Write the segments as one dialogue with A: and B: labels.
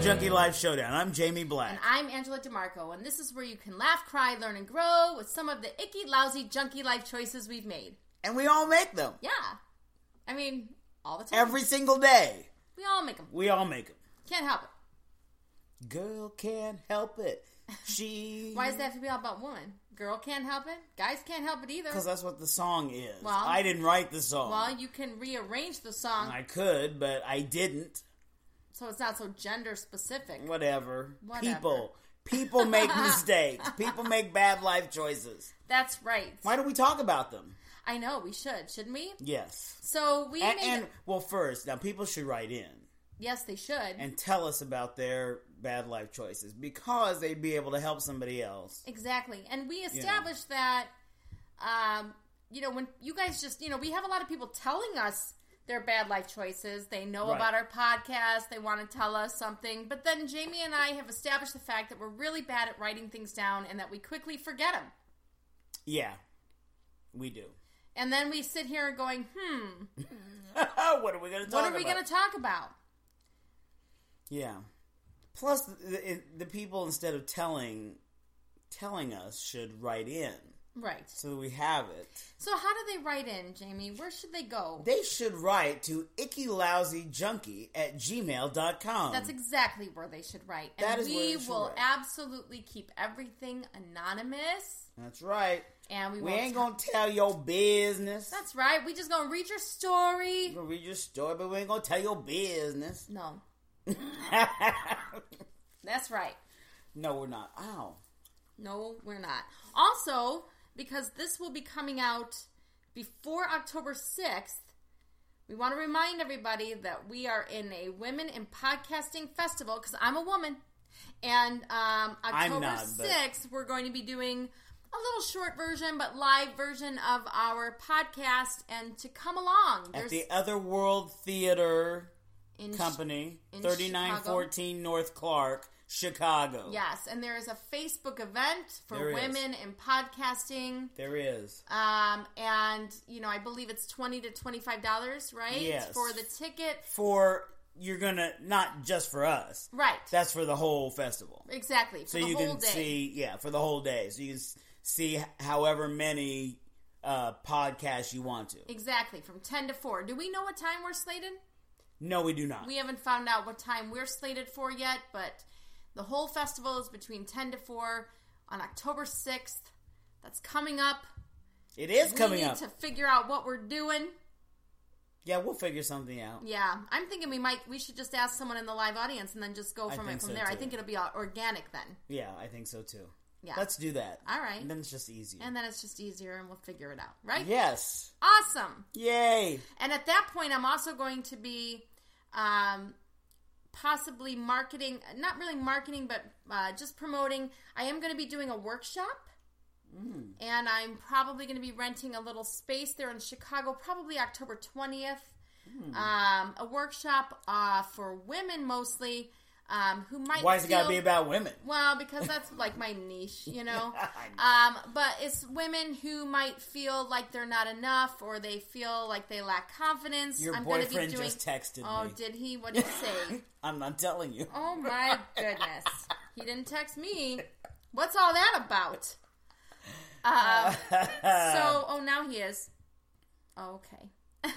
A: Junkie Live Showdown. I'm Jamie Black.
B: And I'm Angela DeMarco, and this is where you can laugh, cry, learn, and grow with some of the icky, lousy, junky life choices we've made.
A: And we all make them.
B: Yeah. I mean, all the time.
A: Every single day.
B: We all make them.
A: We all make them.
B: Can't help it.
A: Girl can't help it. She.
B: Why does that have to be all about women? Girl can't help it. Guys can't help it either.
A: Because that's what the song is.
B: Well-
A: I didn't write the song.
B: Well, you can rearrange the song
A: I could, but I didn't.
B: so it's not so gender specific.
A: Whatever.
B: Whatever.
A: People. People make mistakes. People make bad life choices.
B: That's right.
A: Why don't we talk about them?
B: I know, we should, shouldn't we?
A: Yes.
B: So we
A: And,
B: made.
A: and well, first, now people should write in.
B: yes, they should.
A: and tell us about their bad life choices because they'd be able to help somebody else.
B: Exactly. And we established that, um, you know, when you guys just, you know, we have a lot of people telling us their bad life choices. They know
A: Right.
B: about our podcast. They want to tell us something. But then Jamie and I have established the fact that we're really bad at writing things down and that we quickly forget them.
A: Yeah, we do.
B: And then we sit here going, hmm,
A: what are we going to talk
B: what
A: about?
B: are we going to talk about?
A: Yeah. Plus, the, the, the people instead of telling telling us should write in
B: Right.
A: so that we have it.
B: So how do they write in, Jamie? Where should they go?
A: They should write to ickylousyjunkie at gmail.com.
B: That's exactly where they should write. And
A: That is where
B: we
A: they should
B: will
A: write.
B: absolutely keep everything anonymous.
A: That's right.
B: And we,
A: We
B: won't
A: ain't
B: tell-
A: going to tell your business.
B: That's right. We just gonna read your story.
A: We're going to read your story, but we ain't going to tell your business.
B: No, that's right.
A: no, we're not. Ow.
B: No, we're not. Also, because this will be coming out before October 6th, we want to remind everybody that we are in a Women in Podcasting Festival because I'm a woman. And um, October
A: not, but-
B: 6th, we're going to be doing a little short version, but live version of our podcast. And to come along,
A: at
B: there's
A: the Otherworld Theater
B: in-
A: Company,
B: in
A: 3914 North Clark, Chicago.
B: Yes, and there is a Facebook event for
A: There is.
B: women in podcasting.
A: There is.
B: Um, and you know, I believe it's twenty to twenty-five dollars, right?
A: Yes.
B: For the ticket,
A: For, you're gonna, not just for us.
B: right?
A: That's for the whole festival.
B: exactly. For
A: So
B: the
A: you
B: whole
A: can
B: day.
A: see, yeah, for the whole day. So you can s- see however many uh, podcasts you want to.
B: exactly from ten to four. Do we know what time we're slated?
A: No, we do not.
B: We haven't found out what time we're slated for yet, but the whole festival is between ten to four on October sixth. That's coming up.
A: it is
B: we
A: coming
B: need
A: up.
B: to figure out what we're doing.
A: Yeah, we'll figure something out.
B: Yeah, I'm thinking we might we should just ask someone in the live audience and then just go
A: I
B: from
A: think
B: it from
A: so,
B: there. I
A: too.
B: think it'll be all organic then.
A: Yeah, I think so too.
B: Yeah.
A: Let's do that.
B: All right.
A: And then it's just easier.
B: and then it's just easier and we'll figure it out, right?
A: yes.
B: Awesome.
A: Yay.
B: And at that point I'm also going to be um possibly marketing not really marketing but uh, just promoting i am going to be doing a workshop
A: Mm.
B: and i'm probably going to be renting a little space there in chicago probably october 20th
A: Mm.
B: um, a workshop uh, for women mostly um, who might
A: Why has it got to
B: feel-
A: be about women?
B: Well, because that's like my niche, you know.
A: I
B: Um, but it's women who might feel like they're not enough, or they feel like they lack confidence.
A: Your
B: I'm gonna
A: boyfriend
B: be doing...
A: just texted
B: Oh,
A: me.
B: did he? What did he say?
A: I'm not telling you.
B: oh my goodness, he didn't text me. What's all that about? Um, so, oh, now he is. Oh, okay.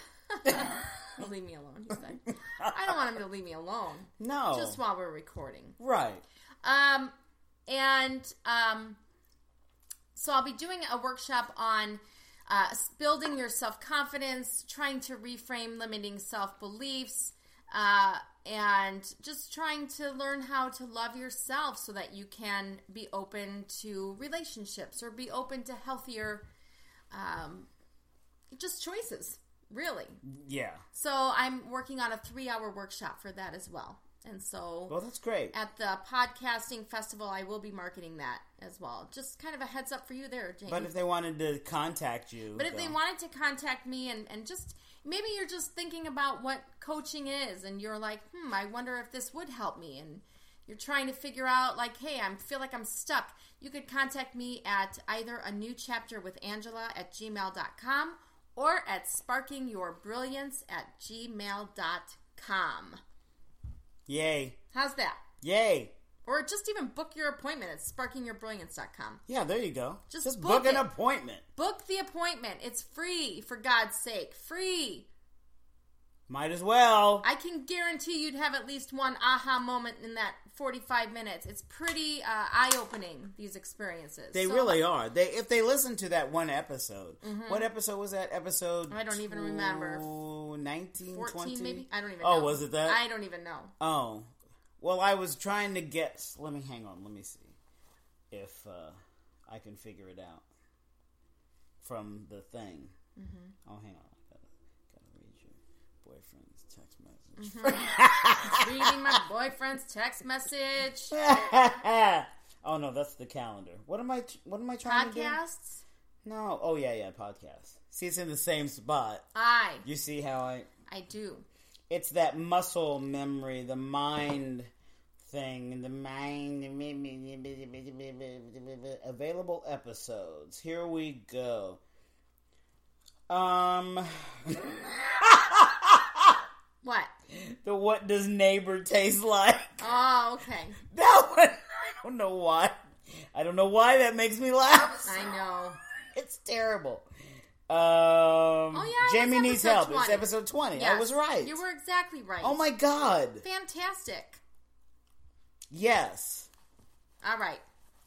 B: leave me alone. He's like, I don't want him to leave me alone.
A: no.
B: Just while we're recording.
A: right.
B: Um, and um, so I'll be doing a workshop on uh, s- building your self confidence, trying to reframe limiting self beliefs, uh, and just trying to learn how to love yourself so that you can be open to relationships or be open to healthier um, just choices, really.
A: Yeah.
B: So I'm working on a three hour workshop for that as well. And so
A: Well, that's great.
B: at the podcasting festival, I will be marketing that as well. Just kind of a heads up for you there, James.
A: But if they wanted to contact you,
B: But if they
A: though-
B: wanted to contact me and, and just maybe you're just thinking about what coaching is and you're like, hmm, I wonder if this would help me. And you're trying to figure out, like, hey, I feel like I'm stuck. You could contact me at either a new chapter with Angela at gmail.com or at sparkingyourbrilliance at gmail.com.
A: yay,
B: How's that?
A: Yay.
B: Or just even book your appointment at sparkingyourbrilliance.com.
A: Yeah, there you go.
B: Just
A: Just
B: book
A: book, an
B: it.
A: appointment.
B: Book the appointment. It's free, for God's sake. Free.
A: Might as well.
B: I can guarantee you'd have at least one aha moment in that 45 minutes. It's pretty uh, eye opening, these experiences.
A: They
B: So,
A: really are. They if they listen to that one episode. What episode was that? Episode
B: Mm-hmm. I don't even remember.
A: 19,
B: 14
A: 20?
B: maybe? I don't even
A: Oh,
B: know.
A: was it that?
B: I don't even know.
A: Oh. Well, I was trying to guess. Let me hang on. Let me see if uh, I can figure it out from the thing. Mm-hmm. Oh, hang on. I gotta, gotta read your boyfriend's text message.
B: Reading my boyfriend's text message.
A: oh no, that's the calendar. What am I? What am I trying to do?
B: Podcasts?
A: No. Oh yeah, yeah. Podcast. See, it's in the same spot.
B: I.
A: You see how I?
B: I do.
A: It's that muscle memory, the mind thing, the mind. Available episodes. Here we go. Um,
B: What?
A: the what does neighbor taste like?
B: Oh, okay.
A: That one. I don't know why. I don't know why that makes me laugh.
B: I know.
A: It's terrible. Um,
B: Oh, yeah, it was
A: Jamie needs
B: episode
A: help. It's
B: 20.
A: episode twenty. I was
B: Yes,
A: right.
B: You were exactly right.
A: oh my god!
B: Fantastic.
A: Yes,
B: All right.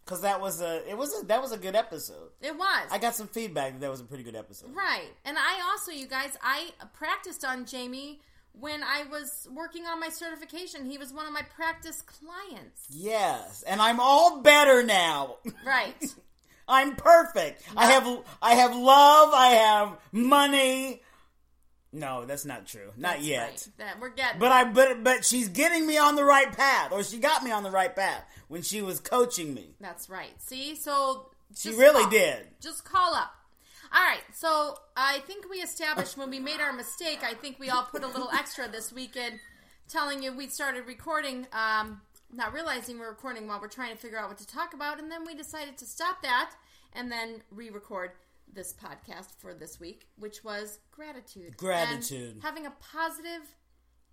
A: because that was a it was a that was a good episode.
B: It was.
A: I got some feedback that that was a pretty good episode.
B: Right. And I also, you guys, I practiced on Jamie when I was working on my certification. He was one of my practice clients.
A: Yes, and I'm all better now.
B: Right.
A: I'm perfect. I have I have love. I have money. No, that's not true. Not
B: That's
A: yet.
B: right. That we're getting.
A: But I but but she's getting me on the right path, or she got me on the right path when she was coaching me.
B: That's right. See, so
A: She
B: just
A: really
B: call-
A: did.
B: Just call up. All right. So I think we established when we made our mistake. I think we all put a little extra this weekend, telling you we started recording, um, not realizing we're recording while we're trying to figure out what to talk about, and then we decided to stop that and then re-record this podcast for this week, which was gratitude.
A: Gratitude.
B: And having a positive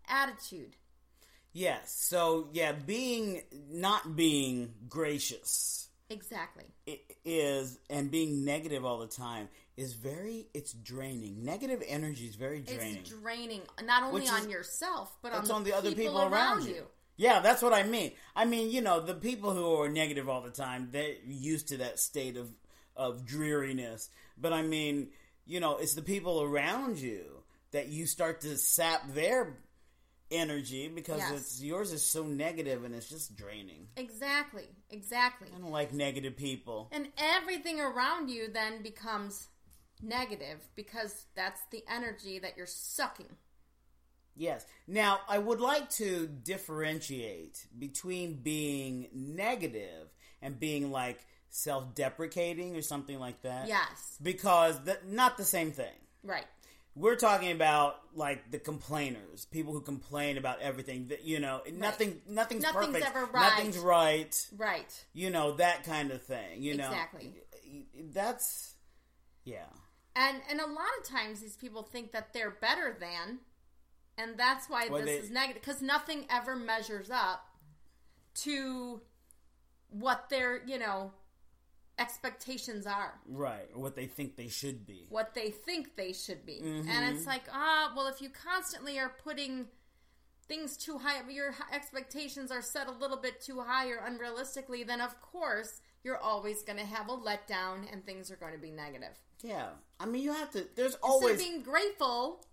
B: attitude.
A: Yes. So yeah, being not being gracious
B: Exactly.
A: i- is and being negative all the time is very it's draining. Negative energy is very draining.
B: It's draining, not only
A: Which
B: on
A: is-
B: yourself, but
A: It's
B: on, the
A: other people around you. Yeah, that's what I mean. I mean, you know, the people who are negative all the time, they're used to that state of of dreariness. But I mean, you know, it's the people around you that you start to sap their energy because
B: Yes.
A: it's yours is so negative and it's just draining.
B: Exactly, exactly.
A: I don't like negative people.
B: And everything around you then becomes negative because that's the energy that you're sucking.
A: Yes. Now, I would like to differentiate between being negative and being like self-deprecating or something like that.
B: Yes,
A: because th- not the same thing.
B: right.
A: We're talking about like the complainers, people who complain about everything. That you know, nothing, nothing's,
B: Nothing's
A: perfect,
B: ever right.
A: nothing's right.
B: Right.
A: You know that kind of thing. You know,
B: Exactly.
A: That's yeah,
B: And and a lot of times these people think that they're better than and that's why
A: Well,
B: this
A: they-
B: is negative cuz nothing ever measures up to what their, you know, expectations are.
A: right. Or what they think they should be.
B: what they think they should be. And it's like, ah, well, if you constantly are putting things too high, your h- expectations are set a little bit too high or unrealistically, then of course you're always going to have a letdown and things are going to be negative.
A: Yeah, I mean, you have to. There's
B: Always.
A: always
B: being grateful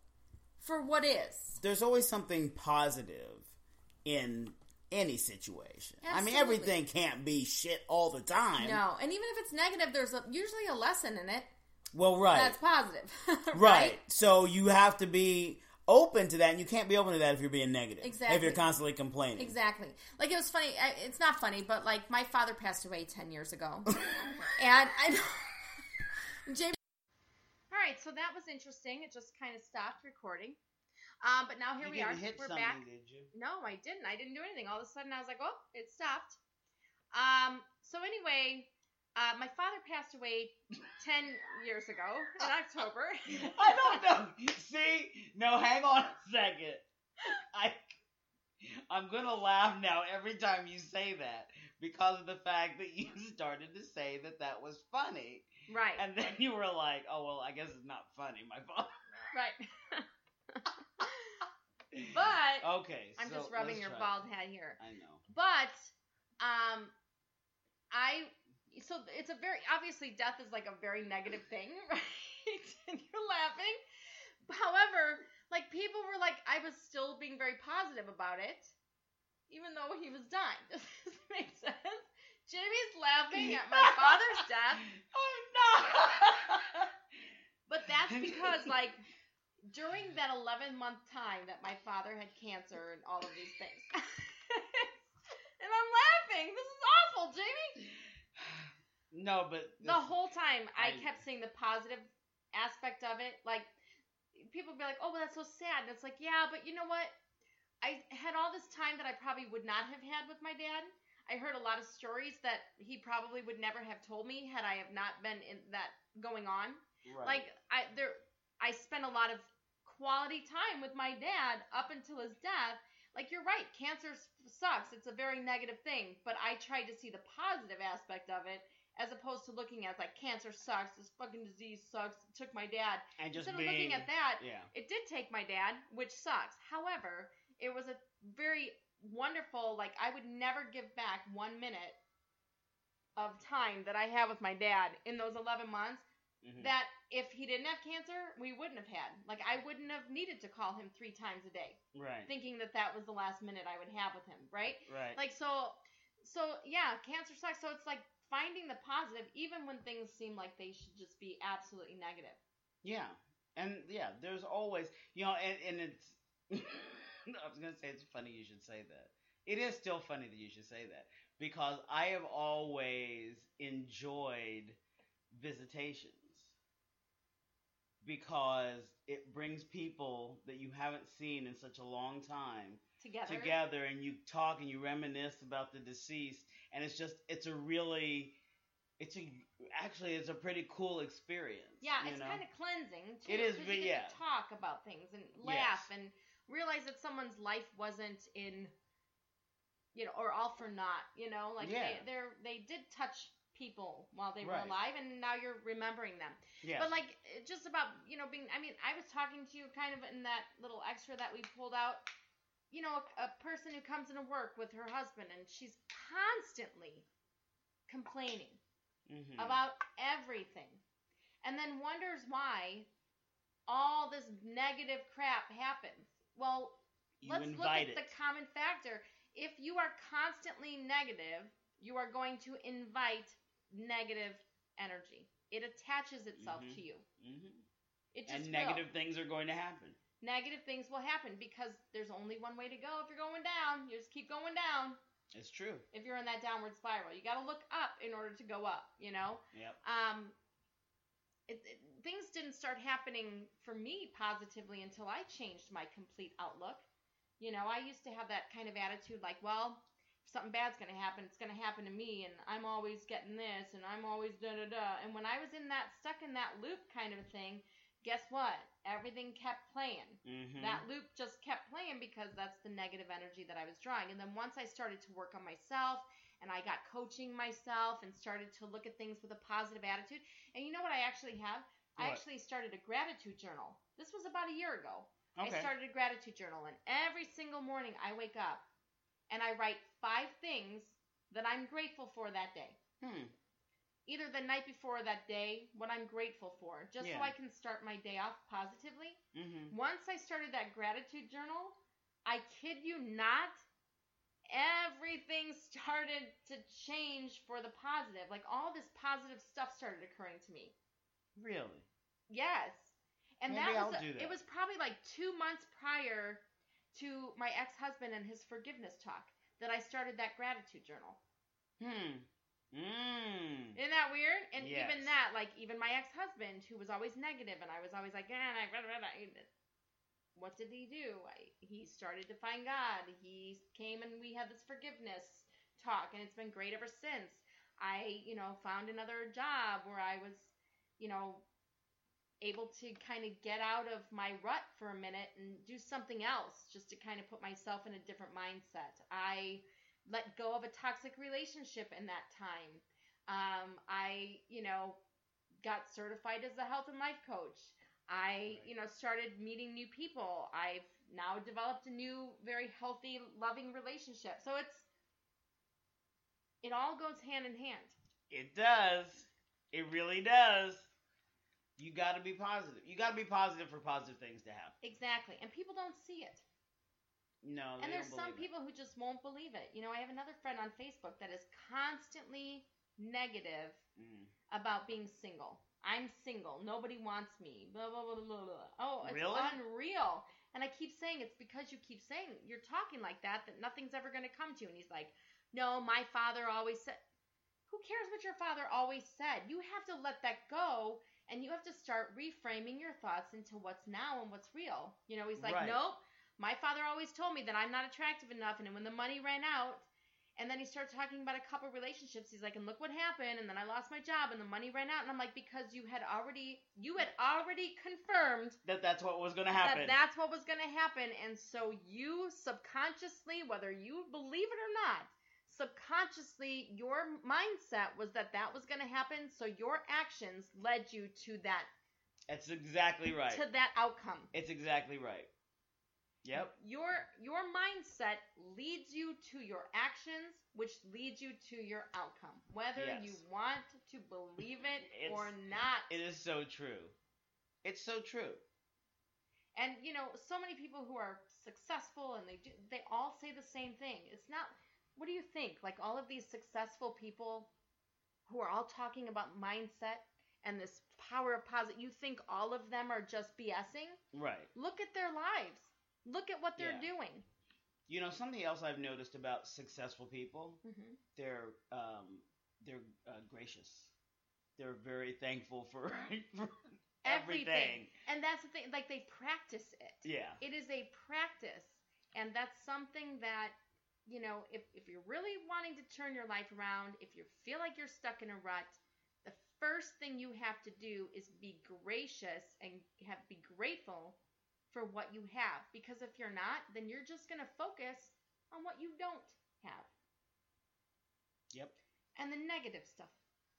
B: for what is.
A: there's always something positive in any situation. I
B: Absolutely.
A: mean, everything can't be shit all the time.
B: No, and even if it's negative, there's a, usually a lesson in it
A: Well, right.
B: that's positive.
A: Right. So you have to be open to that, and you can't be open to that if you're being negative. If
B: Exactly.
A: you're constantly complaining.
B: Exactly. Like it was funny. I- It's not funny, but like my father passed away ten years ago,
A: Oh
B: and I know. James. All right, so that was interesting. It just kind of stopped recording, um, but now here we are. We're back. No, I didn't. I didn't do anything. All of a sudden, I was like, oh, it stopped. Um. So anyway, uh, my father passed away ten years ago in October.
A: I don't know. See, no, hang on a second. I I'm gonna laugh now every time you say that because of the fact that you started to say that that was funny,
B: Right.
A: and then you were like, "Oh well, I guess it's not funny, my fault."
B: right. But
A: okay,
B: I'm
A: Oh, so
B: just rubbing
A: let's
B: your
A: try.
B: bald head here.
A: I know.
B: But um I so it's a very obviously death is like a very negative thing, right? and you're laughing. However, like people were like I was still being very positive about it even though he was dying. Does this make sense? Jamie's laughing at my father's death.
A: Oh no!
B: But that's because like during that 11 month time that my father had cancer and all of these things. and I'm laughing. This is awful, Jamie.
A: no, but
B: The
A: this-
B: whole time
A: I-
B: I kept seeing the positive aspect of it. Like people be like, "Oh, well, that's so sad." And it's like, "Yeah, but you know what? I had all this time that I probably would not have had with my dad. I heard a lot of stories that he probably would never have told me had I have not been in that going on.
A: right.
B: Like I there I spent a lot of quality time with my dad up until his death. Like you're right, cancer s- sucks. It's a very negative thing, but I tried to see the positive aspect of it as opposed to looking at like cancer sucks, this fucking disease sucks, it took my dad.
A: and just
B: Instead
A: being,
B: of looking at that,
A: yeah,
B: it did take my dad, which sucks. However, it was a very wonderful, like, I would never give back one minute of time that I had with my dad in those 11 months
A: Mhm.
B: that if he didn't have cancer, we wouldn't have had. Like, I wouldn't have needed to call him three times a day,
A: right,
B: thinking that that was the last minute I would have with him, right?
A: right,
B: Like, so, so yeah, cancer sucks. So it's like finding the positive, even when things seem like they should just be absolutely negative.
A: yeah, and yeah. There's always, you know, and, and it's. I was gonna say it's funny you should say that. It is still funny that you should say that because I have always enjoyed visitations because it brings people that you haven't seen in such a long time
B: Together.
A: together and you talk and you reminisce about the deceased and it's just it's a really it's a actually it's a pretty cool experience
B: Yeah,
A: you
B: it's
A: know?
B: kind of cleansing. Too,
A: It is,
B: 'cause you
A: but
B: get to
A: yeah.
B: talk about things and laugh and realize that someone's life wasn't in, you know, or all for naught. You know, like
A: Yeah.
B: they they're, they did touch people while they
A: Right.
B: were alive, and now you're remembering them.
A: yeah
B: But like, it- just about you know being. I mean, I was talking to you kind of in that little extra that we pulled out. You know, a, a person who comes into work with her husband, and she's constantly complaining
A: Mhm.
B: about everything and then wonders why all this negative crap happens. Well,
A: you
B: let's look
A: invite
B: at
A: it
B: the common factor. If you are constantly negative, you are going to invite negative energy. It attaches itself
A: Mhm.
B: to you.
A: Mhm.
B: It just
A: and
B: will.
A: negative things are going to happen
B: negative things will happen because there's only one way to go if you're going down. You just keep going down
A: it's true
B: if you're in that downward spiral. You got to look up in order to go up, you know?
A: yep
B: um, it, it, things didn't start happening for me positively until I changed my complete outlook. You know, I used to have that kind of attitude like, well, if something bad's going to happen, it's going to happen to me, and I'm always getting this, and I'm always da da da. And when I was in that, stuck in that loop kind of a thing, guess what? Everything kept playing.
A: hmm
B: That loop just kept playing because that's the negative energy that I was drawing. And then once I started to work on myself and I got coaching myself and started to look at things with a positive attitude, and you know what I actually have? I
A: What?
B: actually started a gratitude journal. This was about a year ago.
A: okay
B: I started a gratitude journal, and every single morning I wake up and I write five things that I'm grateful for that day.
A: hmm.
B: Either the night before or that day, what I'm grateful for, just
A: Yeah.
B: so I can start my day off positively.
A: hmm
B: Once I started that gratitude journal, I kid you not, everything started to change for the positive. Like all this positive stuff started occurring to me.
A: really
B: Yes. And
A: Maybe
B: that
A: I'll
B: was
A: do that.
B: it was probably like 2 months prior to my ex-husband and his forgiveness talk that I started that gratitude journal.
A: hmm mm.
B: Isn't that weird? And
A: Yes.
B: even that, like even my ex-husband, who was always negative, and I was always like, yeah, and I, blah, blah, blah," and what did he do? I, he started to find God. He came and we had this forgiveness talk, and it's been great ever since. I, you know, found another job where I was, you know, able to kind of get out of my rut for a minute and do something else just to kind of put myself in a different mindset. I let go of a toxic relationship in that time. Um, I, you know, got certified as a health and life coach. I,
C: Right.
B: you know, started meeting new people. I've now developed a new, very healthy, loving relationship. So it's, it all goes hand in hand.
A: It does. It really does. You got to be positive. You got to be positive for positive things to happen.
B: Exactly. And people don't see it.
A: No, Oh,
B: and
A: they
B: there's
A: don't believe
B: some
A: it.
B: people who just won't believe it. You know, I have another friend on Facebook that is constantly negative
A: Mm.
B: about being single. I'm single. Nobody wants me. Blah blah blah blah blah. Oh, it's
A: Really?
B: unreal. And I keep saying it's because you keep saying you're talking like that that nothing's ever going to come to you. And he's like, "No, my father always said." Who cares what your father always said? You have to let that go, and you have to start reframing your thoughts into what's now and what's real. You know, he's like,
A: Right.
B: "Nope, my father always told me that I'm not attractive enough, and when the money ran out, and then he started talking about a couple relationships. He's like, and look what happened. And then I lost my job, and the money ran out. And I'm like, because you had already, you had already confirmed
A: that that's what was going to happen.
B: that that's what was going to happen. And so you subconsciously, whether you believe it or not, subconsciously your mindset was that that was going to happen. So your actions led you to that
A: that's exactly right.
B: to that outcome.
A: It's exactly right. Yep.
B: Your your mindset leads you to your actions, which leads you to your outcome. Whether
A: Yes.
B: you want to believe it
A: It's-
B: or not.
A: It is so true. It's so true.
B: and you know, so many people who are successful and they do they all say the same thing. It's not what do you think? Like all of these successful people who are all talking about mindset and this power of positive you think all of them are just BSing?
A: Right.
B: Look at their lives. Look at what they're
A: Yeah.
B: doing.
A: You know, something else I've noticed about successful people,
B: hmm
A: they're um, they're uh, gracious. They're very thankful for, for everything.
B: Everything. And that's the thing, like they practice it.
A: Yeah.
B: It is a practice. And that's something that, you know, if, if you're really wanting to turn your life around, if you feel like you're stuck in a rut, the first thing you have to do is be gracious and have be grateful for what you have. Because if you're not, then you're just gonna focus on what you don't have
A: Yep.
B: and the negative stuff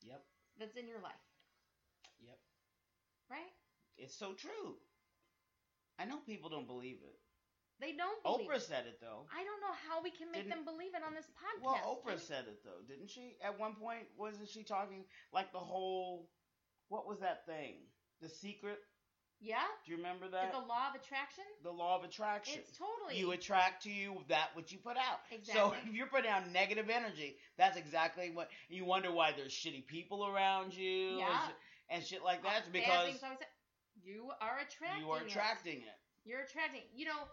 A: Yep.
B: that's in your life,
A: Yep.
B: right?
A: It's so true. I know people don't believe it.
B: They don't believe
A: Oprah
B: it.
A: said it though.
B: I don't know how we can make
A: Didn't-
B: them believe it on this podcast.
A: Well, Oprah
B: Maybe-
A: said it though, didn't she? At one point, wasn't she talking like the whole? What was that thing? The secret?
B: Yeah?
A: Do you remember
B: Is
A: that?
B: the law of attraction?
A: The law of attraction.
B: It's totally
A: You attract to you that which you put out. So
B: Exactly.
A: if you're putting out negative energy, that's exactly what you wonder why there's shitty people around you and
B: Yeah.
A: shit- and shit like that. It's
B: Bad
A: because
B: things always hap- you are attracting.
A: you are
B: it.
A: attracting it.
B: You're attracting. You know,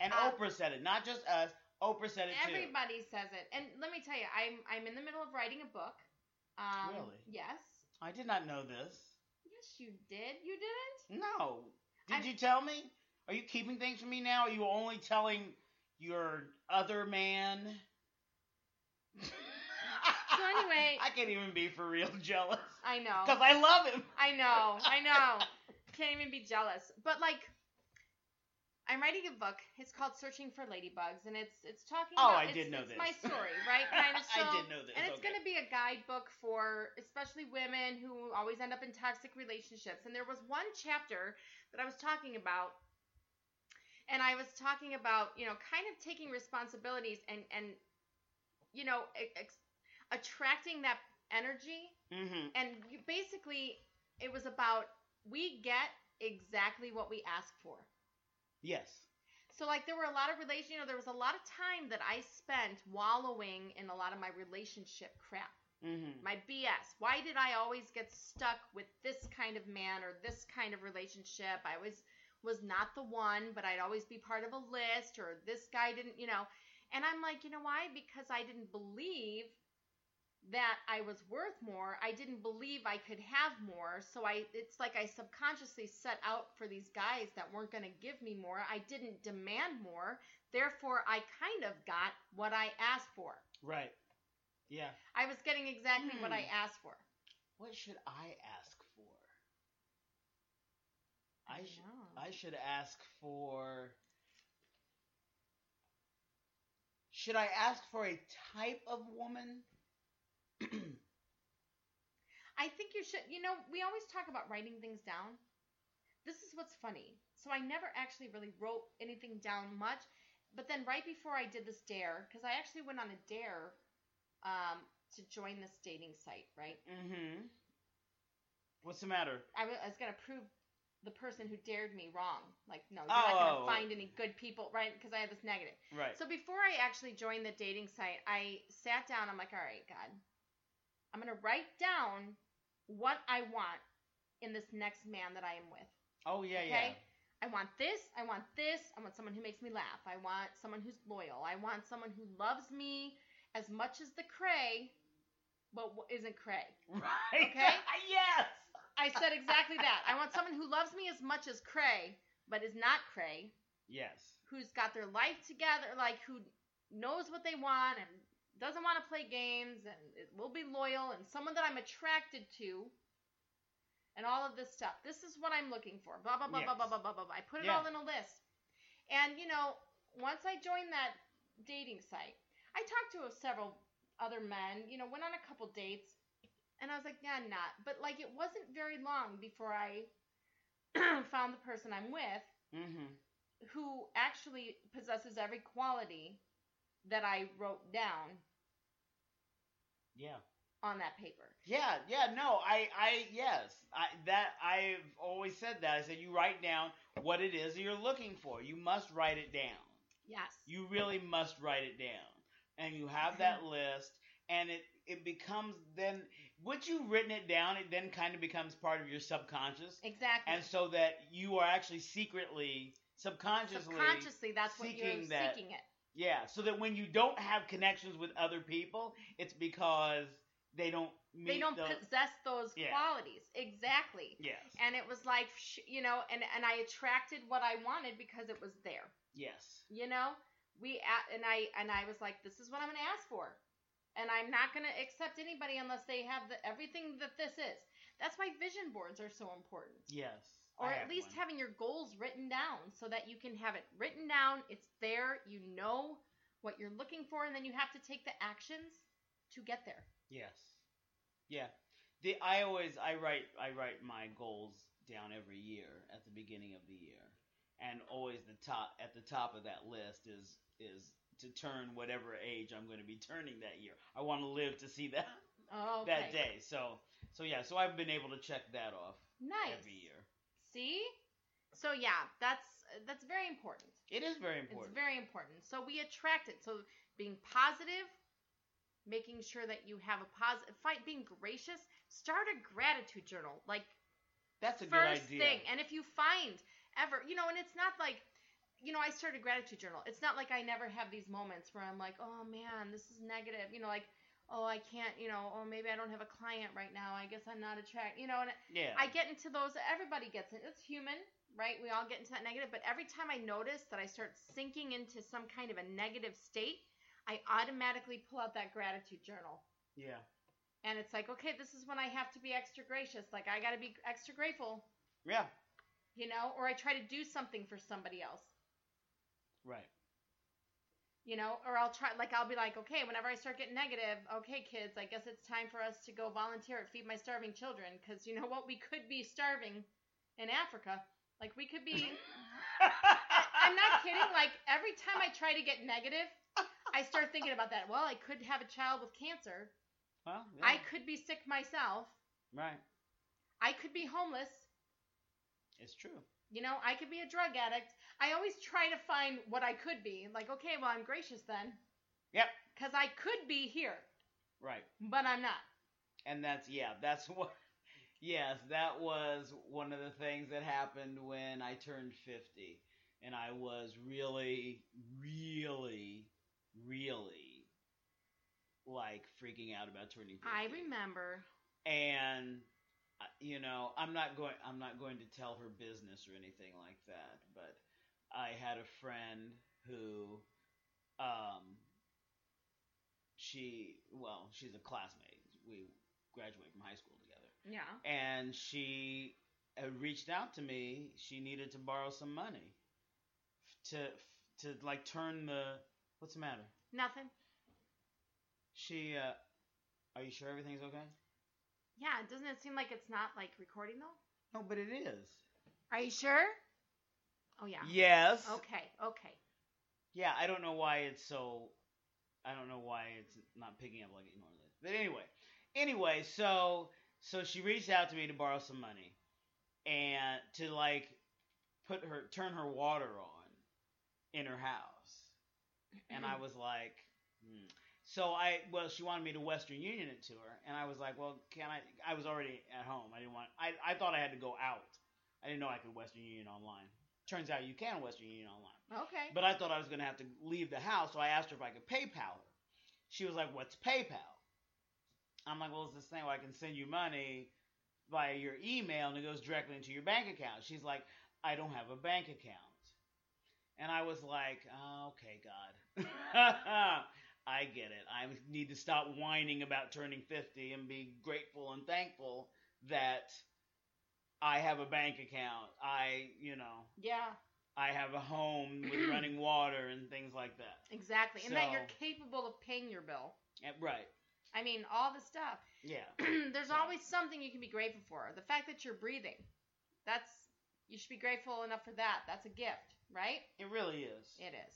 A: And
B: Uh,
A: Oprah said it, not just us. Oprah said it too.
B: everybody says it, and let me tell you, I'm I'm in the middle of writing a book. Um,
A: Really?
B: Yes.
A: I did not know this.
B: Yes, you did. You didn't.
A: No. Did
B: I'm-
A: you tell me? Are you keeping things from me now? Are you only telling your other man? so
B: anyway-
A: I can't even be for real jealous
B: I know.
A: because I love him.
B: I know. I know. Can't even be jealous. But like. I'm writing a book. It's called Searching for Ladybugs, and it's it's talking
A: Oh, I
B: about it's-
A: did know
B: it's
A: this.
B: my story, right? Kind of. So,
A: I did know this.
B: And it's
A: okay.
B: going to be a guidebook for especially women who always end up in toxic relationships. And there was one chapter that I was talking about and I was talking about, you know, kind of taking responsibilities and and you know, ex- ex- attracting that energy
A: Mm-hmm.
B: and you, basically it was about we get exactly what we ask for.
A: Yes.
B: So like there were a lot of relation, you know, there was a lot of time that I spent wallowing in a lot of my relationship crap
A: Mm-hmm.
B: my BS. Why did I always get stuck with this kind of man or this kind of relationship? I was was not the one, but I'd always be part of a list or this guy didn't, you know. And I'm like, you know why? Because I didn't believe that I was worth more. I didn't believe I could have more. So I it's like I subconsciously set out for these guys that weren't going to give me more. I didn't demand more. Therefore, I kind of got what I asked for.
A: Right. Yeah.
B: I was getting exactly what
A: Hmm.
B: I asked for.
A: What should I ask for?
B: Mm-hmm.
A: I should I should ask for Should I ask for a type of woman?
B: I think you should. You know, we always talk about writing things down. This is what's funny. So I never actually really wrote anything down much, but then right before I did this dare, because I actually went on a dare um, to join this dating site, right?
A: Mm-hmm. What's the matter?
B: I wa- I was gonna prove the person who dared me wrong. Like, no, you're not
A: Oh.
B: gonna find any good people, right? Because I had this negative.
A: Right.
B: So before I actually joined the dating site, I sat down. I'm like, all right, God, I'm gonna write down what I want in this next man that I am with.
A: oh yeah,
B: okay. I want this. I want this. I want someone who makes me laugh. I want someone who's loyal. I want someone who loves me as much as the cray, but wh- isn't cray.
A: yeah. Right.
B: Okay.
A: yes.
B: I said exactly that. I want someone who loves me as much as cray, but is not cray.
A: Yes.
B: who's got their life together, like who knows what they want and doesn't want to play games and it will be loyal and someone that I'm attracted to and all of this stuff. This is what I'm looking for. Blah blah blah blah
A: Yes.
B: blah blah blah blah. blah. I put it
A: Yeah.
B: all in a list. And you know, once I joined that dating site, I talked to several other men, you know, went on a couple dates and I was like, yeah, not. But like it wasn't very long before I found the person I'm with
A: Mm-hmm.
B: who actually possesses every quality that I wrote down
A: Yeah.
B: on that paper.
A: Yeah, yeah, no, I, I, yes, I, that I've always said that. I said you write down what it is that you're looking for. You must write it down.
B: Yes.
A: You really must write it down, and you have
B: Mm-hmm.
A: that list, and it it becomes then once you've written it down, it then kind of becomes part of your subconscious,
B: exactly.
A: and so that you are actually secretly, subconsciously,
B: Subconsciously, that's what you're
A: seeking that-
B: seeking it.
A: yeah, so that when you don't have connections with other people, it's because they don't meet
B: They don't
A: the,
B: possess those
A: Yeah.
B: qualities. Exactly.
A: yes,
B: And it was like, sh- you know, and, and I attracted what I wanted because it was there.
A: yes.
B: You know, we a- and I and I was like, this is what I'm going to ask for, and I'm not going to accept anybody unless they have the, everything that this is. That's why vision boards are so important.
A: Yes.
B: or
A: I
B: at
A: have
B: least
A: one.
B: having your goals written down so that you can have it written down it's there you know what you're looking for and then you have to take the actions to get there
A: Yes. Yeah. The I always I write I write my goals down every year at the beginning of the year. And always the top at the top of that list is is to turn whatever age I'm going to be turning that year. I want to live to see that
B: oh
A: that day. So so yeah, so I've been able to check that off
B: nice
A: every year.
B: see so yeah that's that's very important.
A: It is very important.
B: it's very important so we attract it so being positive making sure that you have a positive fight being gracious start a gratitude journal like
A: That's a
B: first
A: good idea.
B: thing. And if you find ever, you know, and it's not like, you know, I started a gratitude journal. It's not like I never have these moments where I'm like, oh man, this is negative. You know, like, oh, I can't, you know, oh, maybe I don't have a client right now. I guess I'm not attract, you know, and
A: Yeah.
B: I get into those. Everybody gets it. It's human, right? We all get into that negative. But every time I notice that I start sinking into some kind of a negative state, I automatically pull out that gratitude journal.
A: yeah.
B: And it's like, okay, this is when I have to be extra gracious. Like, I got to be extra grateful
A: Yeah.
B: you know, or I try to do something for somebody else,
A: Right.
B: you know, or I'll try, like, I'll be like, okay, whenever I start getting negative, okay, kids, I guess it's time for us to go volunteer at Feed My Starving Children, because you know what? We could be starving in Africa. Like, we could be, I'm not kidding. Like, every time I try to get negative, I start thinking about that. Well, I could have a child with cancer.
A: Well,
B: I
A: yeah.
B: could be sick myself.
A: right.
B: I could be homeless.
A: It's true.
B: You know, I could be a drug addict. I always try to find what I could be. Like, okay, well, I'm gracious then.
A: Yep.
B: Because I could be here,
A: Right.
B: but I'm not.
A: And that's yeah, that's what yes, that was one of the things that happened when I turned 50 and I was really really really like freaking out about turning 50.
B: I remember.
A: and uh, you know, I'm not going I'm not going to tell her business or anything like that, but I had a friend who um she well, she's a classmate. We graduated from high school together
B: Yeah.
A: and she uh, reached out to me. She needed to borrow some money to to like turn the what's the matter?
B: Nothing.
A: She uh are you sure everything's okay?
B: Yeah, doesn't it seem like it's not like recording though?
A: No, but it is.
B: Are you sure? Oh yeah.
A: Yes.
B: Okay. Okay.
A: Yeah, I don't know why it's so I don't know why it's not picking up like it normally. is. But anyway. Anyway, so so she reached out to me to borrow some money and to like put her turn her water on in her house. and I was like, hmm. so I well, she wanted me to Western Union it to her, and I was like, well, can I? I was already at home. I didn't want. I I thought I had to go out. I didn't know I could Western Union online. Turns out you can Western Union online.
B: Okay.
A: But I thought I was going to have to leave the house, so I asked her if I could PayPal her. She was like, "What's PayPal?" I'm like, "Well, it's this thing where I can send you money via your email and it goes directly into your bank account." She's like, "I don't have a bank account," and I was like, "Oh, "Okay, God." I get it. I need to stop whining about turning 50 and be grateful and thankful that I have a bank account. I, you know,
B: yeah.
A: I have a home with running water and things like that.
B: Exactly. And that you're
A: So-
B: capable of paying your bill.
A: Yeah, right.
B: I mean, all the stuff.
A: Yeah.
B: There's
A: Yeah.
B: always something you can be grateful for. The fact that you're breathing. That's you should be grateful enough for that. That's a gift, right?
A: It really is.
B: It is.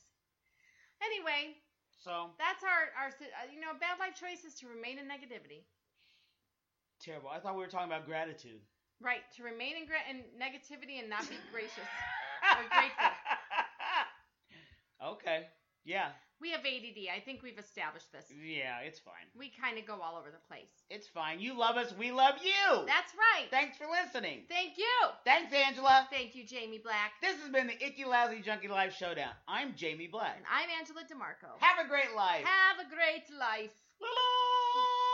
B: Anyway,
A: So
B: that's our our si- uh, you know, bad life choice is to remain in negativity.
A: terrible. I thought we were talking about gratitude.
B: Right, to remain in, gra- in negativity and not be gracious. We're grateful.
A: okay. Yeah.
B: We have ADD. I think we've established this.
A: Yeah, it's fine.
B: We kind of go all over the place.
A: It's fine. You love us. We love you.
B: That's right.
A: Thanks for listening.
B: Thank you.
A: Thanks, Angela.
B: Thank you, Jamie Black.
A: This has been the Icky Lousy Junkie Life Showdown. I'm Jamie Black.
B: And I'm Angela DeMarco.
A: Have a great life.
B: Have a great life.
A: La la.